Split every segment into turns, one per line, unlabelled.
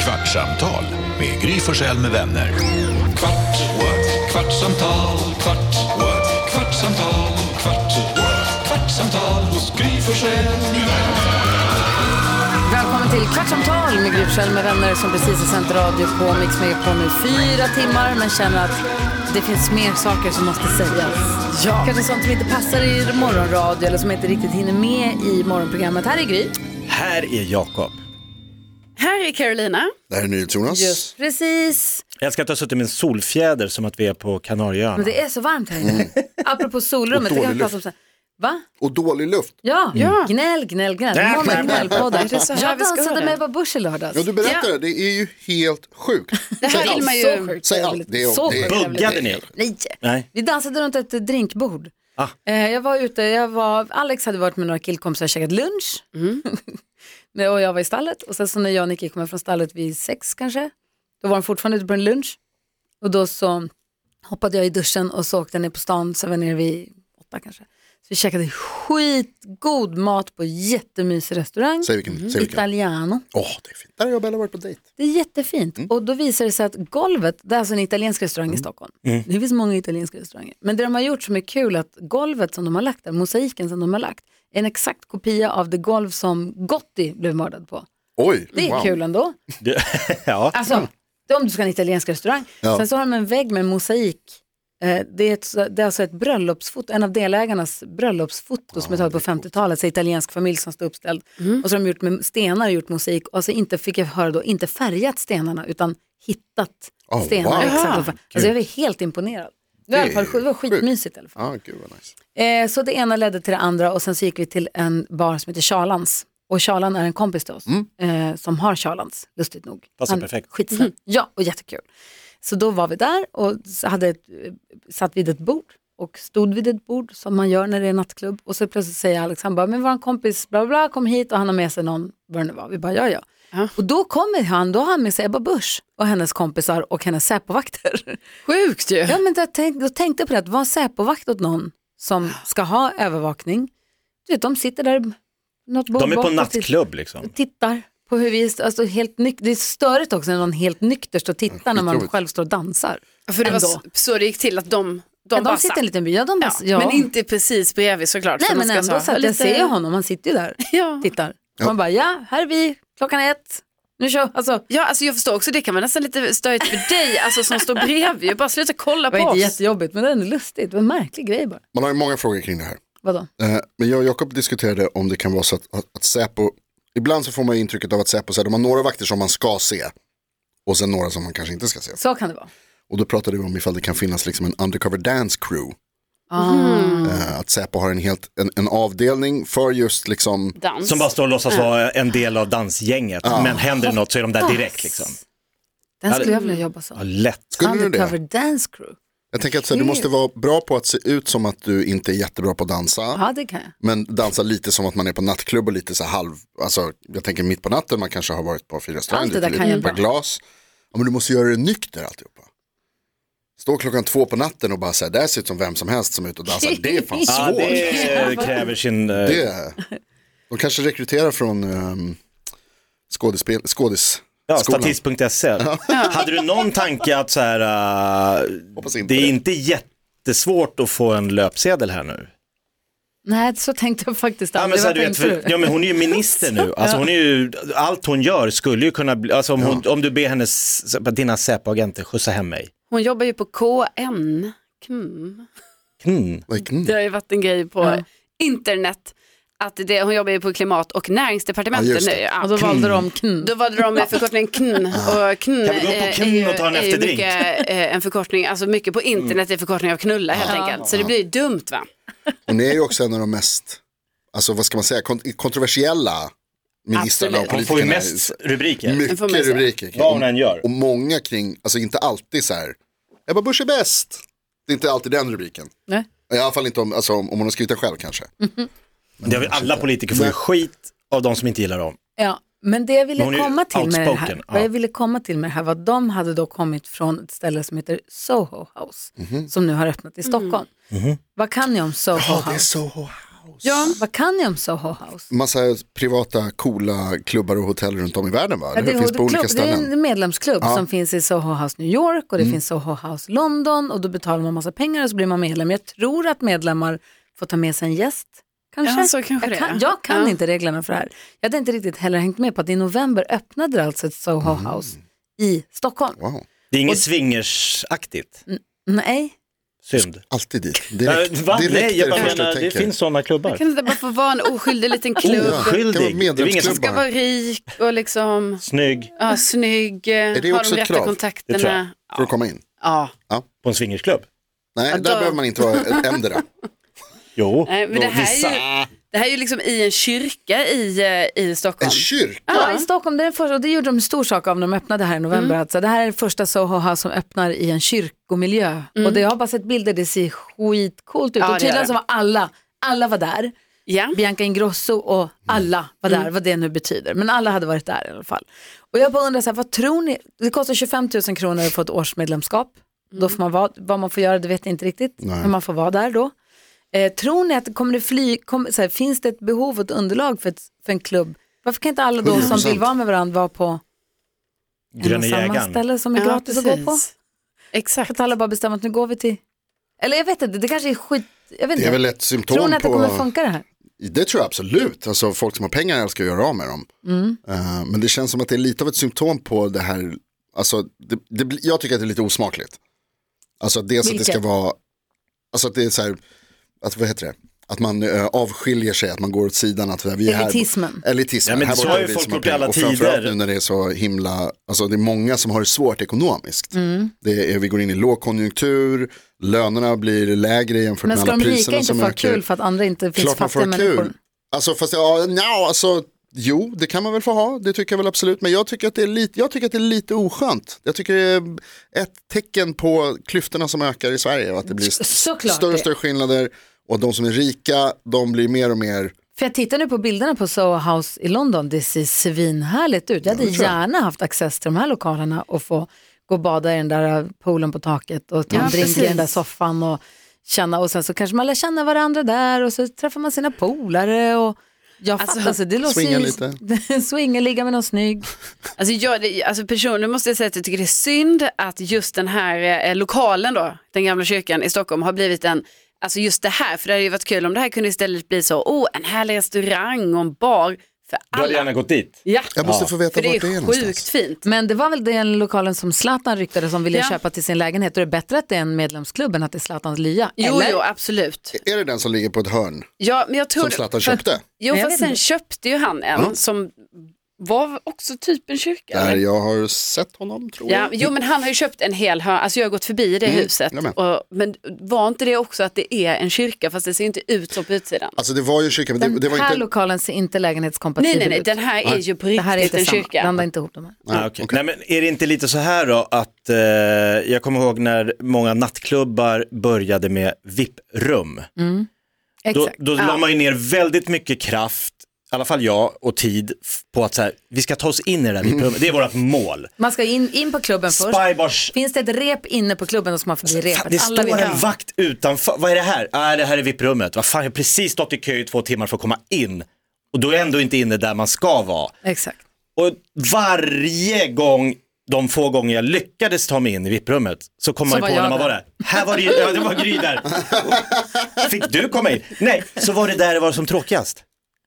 Kvartsamtal med Gry Forssell med vänner. Kvart, what? kvartsamtal, kvart, what? kvartsamtal, kvart, what? kvartsamtal hos Gry Forssell med vänner.
Välkommen till Kvartsamtal med Gry Forssell med vänner som precis har sänt radio på Mix Megapol nu i fyra timmar men känner att det finns mer saker som måste sägas. Ja. Kanske sånt som inte passar i morgonradio eller som inte riktigt hinner med i morgonprogrammet. Här är Gry.
Här är Jakob.
Här är Carolina.
Det här är NyhetsJonas.
Just precis.
Jag älskar att jag har suttit med en solfjäder som att vi är på
Men
Kanarieöarna.
det är så varmt här inne. Apropå solrummet, det
Och
kan vi
dålig
prata om sen. Va?
Och dålig luft.
Ja, gnäll, gnäll, gnäll.
Nä,
Måndag
nä, nä.
gnällpodden.
Är det så här
Jag
vi ska ha
dansade
det?
med Ebba Busch i lördags.
Ja, du berättade, det är ju helt sjukt.
Det här vill man
Så
ju...
sjukt
Säg allt.
trevligt.
Det är-
så
det är-
trevligt.
Buggade ni?
Nej.
Nej.
Vi dansade runt ett eh, drinkbord.
Ah.
Eh, jag var ute, jag var, Alex hade varit med några killkompisar och käkat lunch. Men- och jag var i stallet. Och sen så när jag och Nicky kom hem från stallet vid sex kanske, då var de fortfarande ute på en lunch. Och då så hoppade jag i duschen och så åkte jag ner på stan, så var jag nere vid åtta kanske. Så vi käkade skitgod mat på jättemysig restaurang.
Säg vilken. Säg vilken.
Italiano.
Åh, det är fint. Där har jag och Bella varit på dejt.
Det är jättefint. Och då visar det sig att golvet, det är alltså en italiensk restaurang i Stockholm. Det finns många italienska restauranger. Men det de har gjort som är kul är att golvet som de har lagt där, mosaiken som de har lagt, är en exakt kopia av det golv som Gotti blev mördad på.
Oj,
Det är kul ändå.
Det, ja.
Alltså, det är om du ska ha en italiensk restaurang.
Ja.
Sen så har de en vägg med en mosaik. Eh, Det är, ett, det är alltså ett bröllopsfoto, en av delägarnas bröllopsfoto som är taget på 50-talet, så italiensk familj som står uppställd. Och så har de gjort med stenar och gjort mosaik, och så inte, fick jag höra då, inte färgat stenarna utan hittat
Oh,
stenar.
wow.
Exakt.
Aha,
Alltså jag var helt imponerad. Det var, i alla fall, det var skitmysigt i alla fall.
Ja, gud vad nice.
Eh, så det ena ledde till det andra och sen så gick vi till en bar som heter Charlans. Och Charlan är en kompis till oss eh, som har Charlans, lustigt nog.
Mm. Passar perfekt.
Skitsnäll. Ja, och jättekul. Så då var vi där och s- hade ett, eh, satt vid ett bord och stod vid ett bord som man gör när det är nattklubb. Och så plötsligt säger Alex, han bara, men vår kompis bla bla, bla kom hit och han har med sig någon, vad det nu var. Vi bara, ja ja.
Ja.
Och då kommer han, då har han med sig Ebba Busch och hennes kompisar och hennes Säpovakter.
Sjukt ju.
Ja, men då, tänk, då tänkte jag på det, att vara Säpovakt åt någon som ska ha övervakning. Du vet, de sitter där, något bord
De är på
bak och
nattklubb
titt-
liksom.
Tittar på hur vi, alltså helt nyk- det är störigt också när någon helt nykter står och tittar när man
Skitroligt.
själv står och dansar.
För det var
Ändå.
s- så det gick till att de, de,
De,
bara
de sitter i en
satt.
liten by, ja de bara,
ja,
ja.
Men inte precis bredvid såklart.
Nej
för man
men
ska
ändå
ha
så att jag
lite-
ser ju honom, han sitter ju där,
Ja.
tittar. Man bara, ja, här är vi, klockan är ett, nu kör, alltså.
ja, alltså jag förstår också, det kan vara nästan lite störigt för dig alltså, som står bredvid. ju. Bara sluta kolla
Det
på
var
oss.
inte jättejobbigt, men det är ändå lustigt, det var en märklig grej bara.
Man har ju många frågor kring det här.
Vadå?
Eh, Men jag och Jakob diskuterade om det kan vara så att, att, att Säpo, ibland så får man ju intrycket av att Säpo säger de har några vakter som man ska se och sen några som man kanske inte ska se.
Så kan det vara.
Och då pratade vi om ifall det kan finnas liksom en undercover dance crew.
Ah.
Eh, Att Säpo har en, helt, en, en avdelning för just liksom
Dans.
Som bara står och låtsas vara en del av dansgänget. Men händer det något så är de där direkt liksom.
Den
Ja, det-
skulle jag vilja jobba som.
Lätt.
Skulle du
Undercover
det?
Dance Crew.
Jag tänker att så här, du måste vara bra på att se ut som att du inte är jättebra på att dansa.
Ja, det kan jag.
Men dansa lite som att man är på nattklubb och lite så här halv, alltså jag tänker mitt på natten, man kanske har varit på fyra restaurang,
Allt det där
dricker
kan
lite
jag
ett par
bra.
glas. Ja, men du måste göra det nykter alltihopa. Stå klockan två på natten och bara säga, det här ser ut som vem som helst som är ute och dansar, det är fan
Ja,
svårt.
det eh, kräver sin... eh,
Det, de kanske rekryterar från um, skådespel, skådis.
Ja,
skolan.
statist.se. E. Hade du någon tanke att så här, eh,
Hoppas inte
det är
det.
inte jättesvårt att få en löpsedel här nu?
Nej, så tänkte jag faktiskt
Ja men,
aldrig.
så här,
Vad
du vet,
tänkte du?
för, ja men hon är ju minister nu, alltså, hon är ju, allt hon gör skulle ju kunna bli, alltså, om, hon, om du ber hennes, dina Säpo-agenter skjutsa hem mig.
Hon jobbar ju på KN. Mm.
Mm.
Like, mm.
Det har ju varit en grej på
Ja.
internet. Att det, hon jobbar ju på klimat och
Ja,
näringsdepartementet
just det.
nu. Ja. Mm.
Och då valde de kn.
Då var det de med förkortningen KN. Och KN
Kan vi gå på
eh,
KN
är ju-
och ta en
är ju
efterdrink?
Mycket, eh, en förkortning, alltså mycket på
Mm.
internet är förkortning av knulla helt enkelt. Så det blir ju dumt va?
Hon är ju också en av de mest, alltså vad ska man säga, kont- kontroversiella ministrarna och
Absolut.
Hon får ju
politikerna.
mest rubriker,
Det får man
Mycket
säga.
rubriker. kring-
vad hon än gör.
Och många kring, alltså inte alltid så här, Ebba Busch är bäst. Det är inte alltid den rubriken.
Nej.
I alla fall inte om, alltså, om om hon har skrivit den själv kanske.
Det har vi alla politiker får ju
Nej.
skit av de som inte gillar dem.
Ja, men det jag ville
Men hon är ju
komma till med det här,
outspoken,
vad
ja.
jag ville komma till med det här var att de hade då kommit från ett ställe som heter
Mhm.
Soho House, som nu har öppnat i Stockholm. Vad kan ni om Soho
det är
House?
så
House.
Ja. Vad kan jag om Soho House?
Massa privata coola klubbar och hotell runt om i världen va?
Ja,
det, finns på olika
klubb, det är
ställen. Mm.
en medlemsklubb som finns i Soho House New York och det finns Soho House London och då betalar man massa pengar och så blir man medlem. Jag tror att medlemmar får ta med sig en gäst. Kanske.
Ja, så kanske
jag
det
kan,
är.
jag kan
Ja.
inte reglerna för det här. Jag hade inte riktigt heller hängt med på att i november öppnade det alltså ett Soho House i Stockholm.
Mm. Wow,
Det är inget swingersaktigt.
Nej,
Synd.
alltid dit.
Äh,
Direkt,
va?
direkt
Nej,
Mm. är
jag
det
bara
första
menar,
jag
det
tänker.
finns sådana klubbar.
Kan det inte bara få vara en oskyldig liten klubb?
Ja, det kan vara
Skyldig. Det är ingen som-
medlemsklubb
Ska
Oh, bara.
vara rik och liksom
Snygg
ja, snygg,
Är det
har
också
de
ett
rätta
Det
krav?
tror jag.
kontakterna.
för att komma in.
Ja.
på en swingersklubb.
Nej,
Ja,
där
då-
behöver man inte vara ändra.
Jo,
Nej, men det
då
här, är ju, det här är ju liksom i en kyrka i, eh, i Stockholm.
En kyrk?
Ja, i Stockholm, det, är den första, och det gjorde de en stor sak av när de öppnade här i
Mm.
november. Alltså, det här är den första Soho House som öppnar i en kyrkomiljö. Och det, jag har bara sett bilder, det ser skitcoolt ut.
Mm. Ja,
och
det gör
tydligen
det.
så var alla, alla var där.
Ja.
Bianca Ingrosso och alla var där,
Mm.
vad det nu betyder. Men alla hade varit där i alla fall. Och jag bara undrar, så här, vad tror ni? Det kostar 25 000 kronor att få ett årsmedlemskap.
Mm.
Då får man vara, vad man får göra, det vet jag inte riktigt. Men man får vara där då. Eh, tror ni att kommer det fly, kom, så här, finns det ett behov och ett underlag för, ett, för en klubb? Varför kan inte alla då som
100%.
vill vara med varandra vara på en och
Gröna
samma
jägaren.
ställe som är gratis att gå på?
precis. Exakt.
Att alla bara bestämmer att nu går vi till... Eller jag vet inte, det kanske är skit... Jag vet
Det är väl
inte.
ett symptom
Tror ni att det
på...
kommer funka det här?
Det tror jag absolut. Alltså, folk som har pengar älskar att göra av med dem.
Mm.
Eh, men det känns som att det är lite av ett symptom på det här. Alltså, det, det, blir- jag tycker att det är lite osmakligt. Alltså dels att det ska
Vilket?
vara, alltså att det är så här, att, vad heter det? Att man eh, avskiljer sig, att man går åt sidan. Att vi är här,
Elitismen.
Elitismen.
Ja, men
här
så
borta
har
är
ju
vi
folk
som har
gjort i alla
pengar. Och framförallt
tider.
nu när det är så himla, alltså det är många som har det svårt ekonomiskt.
Mm.
Det är, vi går in i lågkonjunktur, lönerna blir lägre jämfört
Men
med
ska
alla
de
priserna
rika inte
som
få
ökar.
ha kul för att andra inte finns
Klart man får
fattiga
ha
människor?
kul. Alltså fast, ja, no, alltså, jo, det kan man väl få ha, det tycker jag väl absolut. Men jag tycker att det är lite, jag tycker att det är lite oskönt. Jag tycker det är ett tecken på klyftorna som ökar i Sverige och att det blir st-
såklart
större
det.
och större skillnader. Och de som är rika, de blir mer och mer,
För jag tittar nu på bilderna på Soho House i London, det ser svinhärligt ut. Jag hade gärna haft access till de här lokalerna och få gå och bada i den där äh, poolen på taket och ta en
Ja,
drink i
precis.
den där soffan och känna och sen så kanske man lär känna varandra där och så träffar man sina polare och jag
Alltså,
fattar, alltså, det låter
swinga
ju-
lite.
swinga, ligga med någon snygg.
Alltså, jag, det- alltså personligen måste jag säga att jag tycker det är synd att just den här eh, lokalen då, den gamla kyrkan i Stockholm har blivit en, alltså just det här, för det hade ju varit kul om det här kunde istället bli så, oh en härlig restaurang och en bar för
Du hade
alla.
gärna gått dit.
Ja,
jag måste få veta
för det
vart det är
är
någonstans.
sjukt fint.
Men det var väl den lokalen som Zlatan ryktade som ville
Ja.
köpa till sin lägenhet och det är bättre att det är en medlemsklubb än att det är Zlatans lya.
Jo,
Eller?
jo, absolut.
är det den som ligger på ett hörn
Ja, men jag tror
som Zlatan köpte?
Jo,
Men jag
fast
vet
sen
inte.
köpte ju han en som var också typ en kyrka.
Där
eller?
jag har sett honom tror
Ja,
jag.
jo men han har ju köpt en hel hörn, alltså jag har gått förbi det huset.
jag med.
Och, men var inte det också att det är en kyrka fast det ser inte ut så på utsidan?
Alltså det var ju en kyrka, men det,
Den
det var
här
inte...
lokalen ser inte
Nej
lägenhetskompatibel
nej nej,
ut.
den här är ju på
Det här är
riktigt
inte
en
samma.
kyrka.
Blanda inte ihop dem här.
Ah, okej. Nej, men är det inte lite så här då att eh, jag kommer ihåg när många nattklubbar började med VIP-rum. Då,
Exakt.
då la man ju ner väldigt mycket kraft, i alla fall jag, och tid f- på att så här, vi ska ta oss in i det där VIP-rummet. Det är vårt mål.
Man ska in, in på klubben först.
Spybars
Finns det ett rep inne på klubben och så man förbi
Fan,
repet?
Alltså, det
Alla
står
vet.
en vakt utanför. Vad är det här? Ah, det här är VIP-rummet. Vad fan, jag har precis stått i kö i två timmar för att komma in. Och då är jag ändå inte inne där man ska vara.
Exakt.
Och varje gång, de få gånger jag lyckades ta mig in i VIP-rummet, så kom man ju
var
på
jag
när man
där.
var där. Här var det ju, ja, det var Gry där. Fick du komma in? Nej, så var det där det var som tråkigast.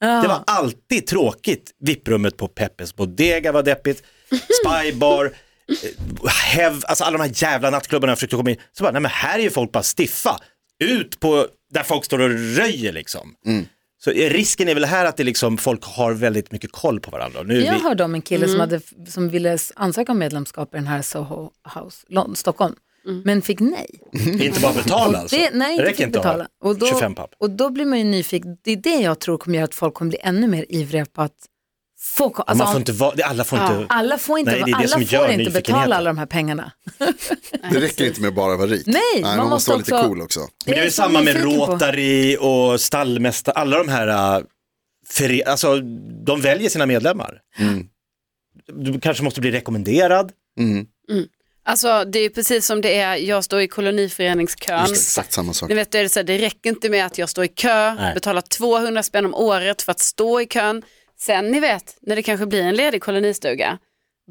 Det var alltid tråkigt. VIP-rummet på Peppes Bodega var deppigt, Spybar, eh, Hev, alltså alla de här jävla nattklubbarna jag försökte komma in. Så bara, nej men här är ju folk bara stiffa. Ut på, där folk står och röjer liksom. Så eh, risken är väl här att det liksom, folk har väldigt mycket koll på varandra. Nu är
Jag
vi-
hörde om en kille
Mm.
som, hade, som ville s- ansöka om medlemskap i den här Soho House, Lon- Stockholm,
Mm.
men fick nej.
Inte bara betala alltså?
Det, nej,
det
inte
räcker
fick
inte att
betala.
ha
Och då,
25 papp.
och då blir man ju nyfiken. Det är det jag tror kommer göra att folk kommer bli ännu mer ivriga på att få... ko- Alltså, Ah,
man får inte vara, det- alla får inte,
Alla får inte,
Nej, det är det
alla
som gör
får inte
nyfikenheten.
betala alla de här pengarna.
Det räcker inte med bara att vara rik.
Nej, man
man
måste
måste vara
också-
lite cool också.
men det är ju
så
samma med
nyfiken på.
Rotary och stallmästare, alla de här, äh, före, alltså de väljer sina medlemmar. Du kanske måste bli rekommenderad,
Alltså det är ju precis som det är, jag står i koloniföreningskön.
Just det, exakt samma sak.
Ni vet, det, är det så här, det räcker inte med att jag står i kö,
Nej.
betalar 200 spänn om året för att stå i kön. Sen ni vet, när det kanske blir en ledig kolonistuga,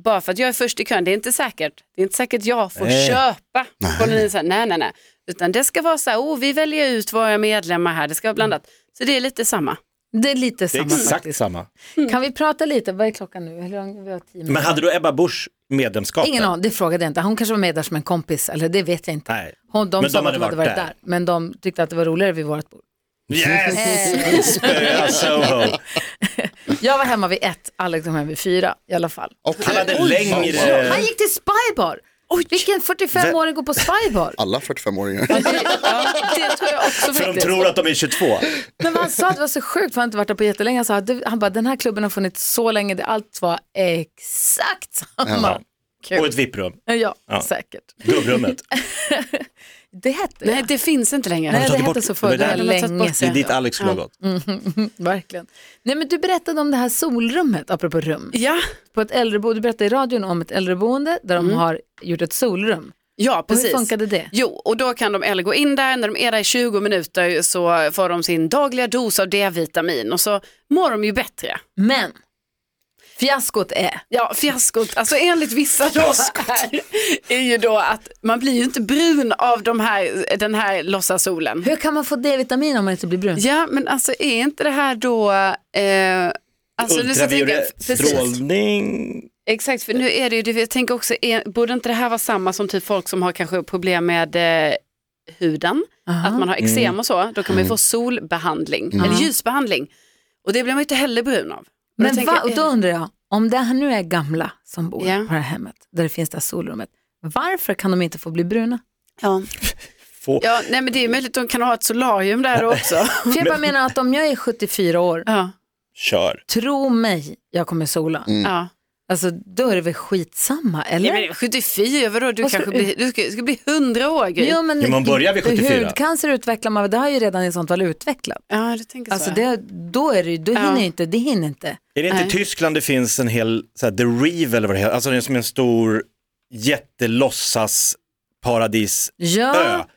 bara för att jag är först i kön, det är inte säkert. Det är inte säkert jag får
Nej.
köpa kolonin. så här, Nej, nej, nej. Utan det ska vara så här, oh, vi väljer ut våra medlemmar här, det ska vara blandat. Så det är lite samma.
Det är lite
Det är
samma
exakt
faktiskt.
samma.
Kan vi prata lite, vad är klockan nu? Hur lång, vi har tio
Men
minuter.
hade du Ebba Busch medlemskap?
Ingen
där?
aning, det frågade jag inte. Hon kanske var med där som en kompis, eller det vet jag inte.
Nej.
Hon, de
Men
sa
de
att
hade
de hade
varit
varit där.
där.
men de tyckte att det var roligare vid vårt bord.
Yes! Spöa Soho.
Jag var hemma vid ett, Alex var hemma vid fyra i alla fall.
Okej.
Han hade
Oj,
längre-
fan, vad-
Han gick till Spybar! Vilken 45-åring går på Spybar?
Alla 45-åringar.
Ja, det tror jag
För
också
de
faktiskt.
tror att de är 22.
Men vad han sa att det var så sjukt, för han har inte varit där på jättelänge. Han sa att det- han bara, den här klubben har funnits så länge, det allt var exakt samma.
Och
Kul.
ett vipprum.
Ja,
Ja.
säkert.
Gubbrummet.
Det hette
Nej,
det.
det finns inte längre.
Nej,
tagit
det hette
bort
så förr,
det
det
där?
var
De har tagit
länge
bort
Det är
sedan.
dit Alex skulle ha gått.
Verkligen. Nej, men du berättade om det här solrummet, apropå rum.
Ja,
På ett äldreboende, du berättade i radion om ett äldreboende där de har gjort ett solrum.
ja
Och hur
precis.
funkade det?
Jo, och då kan de eller gå in där, när de är där i 20 minuter så får de sin dagliga dos av D-vitamin och så mår de ju bättre.
Men fiaskot är,
Ja, fiaskot, alltså enligt vissa då här, är ju då att man blir ju inte brun av de här, den här låtsasolen.
hur kan man få D-vitamin om man inte blir brun?
Ja, men alltså är inte det här då... Eh, alltså, nu ska jag tänka,
Ultraviolett
precis,
strålning.
exakt, för nu är det ju, det- jag tänker också, är, borde inte det här vara samma som typ folk som har kanske problem med eh, huden?
Aha.
att man har eksem och så, då kan man ju få solbehandling eller ljusbehandling. Och det blir man ju inte heller brun av. Och då
Men
tänker
va,
jag,
och då undrar jag, om det här nu är gamla som bor
Ja.
på det här hemmet, där det finns det här solrummet, varför kan de inte få bli bruna?
ja.
Få.
ja, nej men det är ju möjligt att de kan ha ett solarium där också.
För jag bara menar att om jag är 74 år,
ja,
Kör.
tro mig, jag kommer sola.
ja.
Alltså då är det väl skitsamma, eller?
Ja, men 74, vadå, du
Vad ska
kanske
du-
blir, du ska, ska bli 100 år Gry.
Jo, men
Jo, man börjar vid 74.
Hudcancer utvecklar man, det har ju redan i sånt fall utvecklat.
Ja, du tänker så.
Alltså det, då är det, ju- då
Ja.
hinner inte, det hinner inte.
Är det inte i
Nej.
Tyskland det finns en hel, så här, The Reeve eller vad det heter, alltså det är som en stor jättelåtsas paradisö
Ja,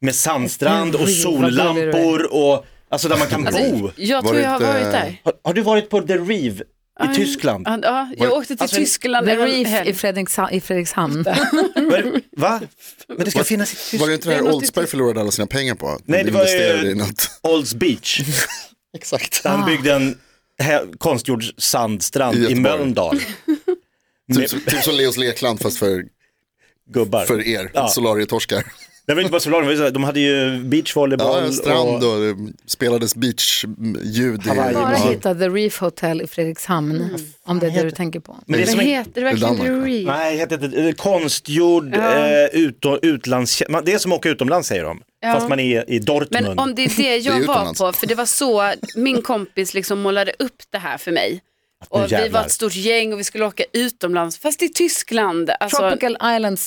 med sandstrand
Oj,
och
vad dålig
sollampor och alltså där man kan
Alltså,
bo.
Jag
Var
tror
det
jag har
inte-
varit där.
Har, har du varit på The Reeve i
Ja,
Tyskland?
Ja, ja, jag åkte till
Alltså,
Tyskland
The
en
Reef
helg.
i, Fredriksha- i Fredrikshamn.
Var- Va? Men det ska finnas i Tyskland.
Var det inte det här Oldsberg förlorade alla sina pengar på?
Nej, det var ju-
investerade i något.
Olds Beach.
Exakt.
Ah.
Han byggde en he- konstgjord sandstrand
I
i,
Göteborg.
Mölndal.
Typ, som- typ som Leos Lekland fast för,
Gubbar.
för er
Ja.
solarietorskar.
Det var inte bara solarium, det var så här, de hade ju beachvolleyboll.
Ja, strand och det spelades beachljud. i-
Hawaii.
Bara
Ja.
hitta The Reef Hotel i Fredrikshamn, om det är det du tänker på.
Men det är
Mm. Vad
som en
heter det verkligen?
Danmark, va?
The Reef?
Nej, det heter inte det. konstgjord eh, ut, utlands... man- Det är som att åka utomlands säger de.
Ja.
Fast man är i Dortmund.
Men om det är det jag
Det är
var
utomlands.
på, för det var så min kompis liksom målade upp det här för mig.
nu
Och vi var
jävlar.
ett stort gäng och vi skulle åka utislands, fast i Tyskland. Alltså,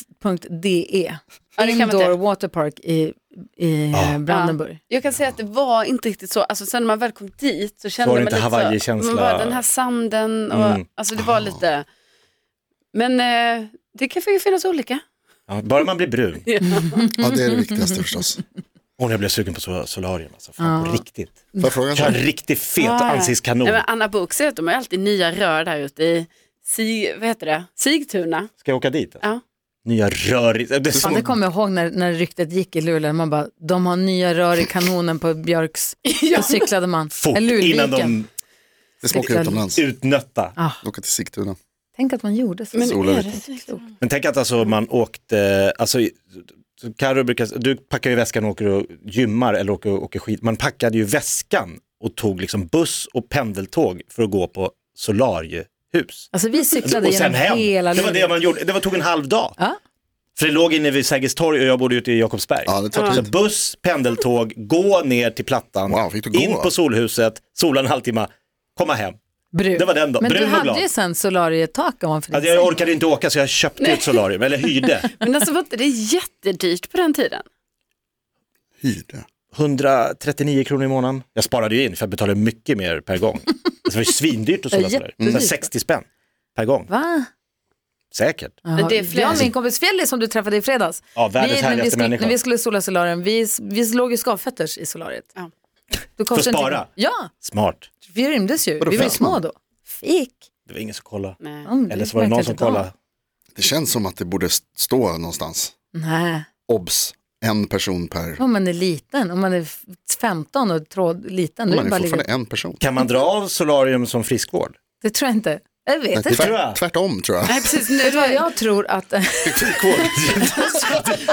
Tropicalislands.de
Ja, det kan man inte.
Indoor Waterpark E. i, i eh, Brandenburg.
jag kan säga att det var inte riktigt så, alltså, sen när man väl kom dit så kände
Var det
man
inte
lite
Hawaii-känsla?
så, man bara, den här sanden och,
Mm.
alltså det var lite, men eh, det kan ju finnas olika.
Ja, bara man blir brun.
ja, det är det viktigaste förstås.
Och jag blev sugen på sol- solarium. Alltså. Fan, på riktigt.
Får jag fråga en
Jag har
sak?
en riktigt fet
Ja, ja.
ansiktskanon.
Nej, men Anna Book säger att de har alltid nya rör där ute i Sig, vad heter det? Sigtuna.
Ska jag åka dit?
Ja.
Nya rör. i- Det är
Ja,
som...
det kommer jag ihåg när, när ryktet gick i Luleå. Man bara, de har nya rör i kanonen på Björks. Då cyklade man.
Fort
Eller Ulriken.
innan de
Det smakar utomlands.
utnötta.
Åka till Sigtuna.
Ah, Tänk att man gjorde så.
Sola lite.
Men tänk att alltså man åkte, alltså, i- Karo brukar, du packar ju väskan och åker och gymmar eller åker, åker skid. Man packade ju väskan och tog liksom buss och pendeltåg för att gå på solariehus.
Alltså vi cyklade
Och sen
genom
hem.
hela
Det var det
Luleå.
man gjorde, det var, tog en halv dag.
Ja.
För det låg inne vid Sergels torg och jag bodde ute i Jakobsberg.
Ja, det tar
Så
tid.
buss, pendeltåg, gå ner till Plattan,
Wow, fick du gå?
in på solhuset, sola en halvtimme, komma hem.
Brun.
Det var den dagen.
Men
Brun
du
och
hade
glad.
ju sen solarietak ovanför
Alltså,
din
jag
säng.
orkade inte åka så jag köpte ett solarium, eller hyrde.
Men alltså var inte det jättedyrt på den tiden?
Hyrde.
139 kronor i månaden. Jag sparade ju in för jag betalade mycket mer per gång. Alltså, det var ju svindyrt att sola
Ja,
solarium.
jättedyrt.
Så här 60 spänn per gång.
Va?
Säkert.
Jaha,
det är
Jag och
fler.
min kompis Fjellis som du träffade i fredags.
Ja, världens
vi, när, vi
härligaste
skulle,
människa.
när vi skulle sola solarium, vi, vi låg ju skavfötters i solariet.
Ja.
Då kom
För att
det en till-
spara?
Ja,
Smart.
vi rymdes ju.
Vadå,
vi var ju
fick
små
man?
då. Fick.
Det var ingen som kollade.
Nej.
Ja, men
Eller så var det någon
märkte
som
inte av.
kollade.
Det känns som att det borde stå någonstans.
Nej,
Obs, en person per.
om man är liten, om man är f- 15 och tråd, liten, då är
Man
det
är
bara ligga.
fortfarande en person.
Kan man dra av solarium som friskvård?
Det tror jag inte. Jag vet inte.
tror jag.
tvärtom tror jag.
Nej, precis. Nu,
Vet du vad jag tror att...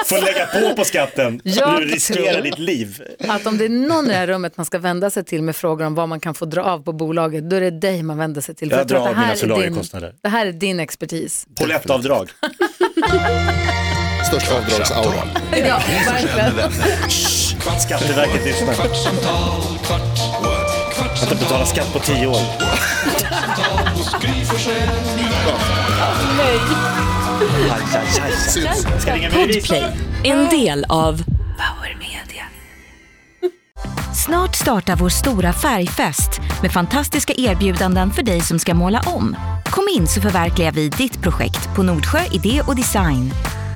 Får lägga på på skatten.
Jag
du riskerar
tror-
ditt liv.
att om det är någon i det här rummet man ska vända sig till med frågor om vad man kan få dra av på bolaget, då är det dig man vänder sig till. tror
Jag drar
att
av
det här
mina
är
solariekostnader.
din- Det här är din expertis.
Pollettavdrag.
Största avdragsaura.
Ja,
Själv med
verkligen.
vänner. Kvart,
Skatteverket lyssnar.
kvartsamtal, kvart, what?
Att
kvartsamtal,
inte betala skatt på tio år.
kvartsamtal hos Gry Forssell med vänner.
Aj, aj, aj. Ska ringa mig vid?
Podplay, en del av Power Media.
Snart startar vår stora färgfest med fantastiska erbjudanden för dig som ska måla om. Kom in så förverkligar vi ditt projekt på Nordsjö Idé och Design.